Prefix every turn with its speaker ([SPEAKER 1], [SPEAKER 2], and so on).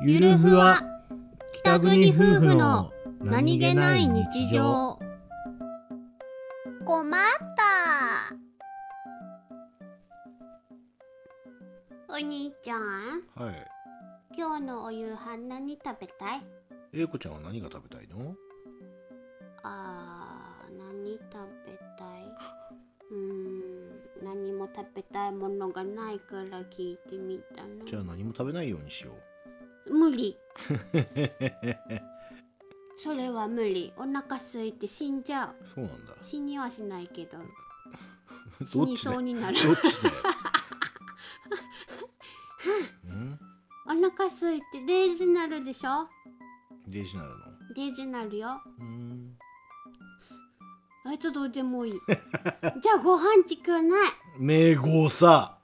[SPEAKER 1] ゆるふわ北国夫婦の何気ない日常
[SPEAKER 2] 困ったお兄ちゃん
[SPEAKER 1] はい
[SPEAKER 2] 今日のお夕飯何食べたい
[SPEAKER 1] 英子ちゃんは何が食べたいの
[SPEAKER 2] あー何食べたいうーん何も食べたいものがないから聞いてみたの
[SPEAKER 1] じゃあ何も食べないよう にしよ
[SPEAKER 2] 無理
[SPEAKER 1] う
[SPEAKER 2] それは無理お腹空いて死んじゃう
[SPEAKER 1] そうなんだ
[SPEAKER 2] 死にはしないけど死
[SPEAKER 1] どっ
[SPEAKER 2] に
[SPEAKER 1] ちだ
[SPEAKER 2] そう
[SPEAKER 1] よ
[SPEAKER 2] にな
[SPEAKER 1] どっ
[SPEAKER 2] る
[SPEAKER 1] ちだようん
[SPEAKER 2] お腹空いてデイジなるでしょ
[SPEAKER 1] デジナルの
[SPEAKER 2] デイジなるよ
[SPEAKER 1] うん
[SPEAKER 2] あいつどうでもいいじゃあご飯作らない
[SPEAKER 1] 名号さ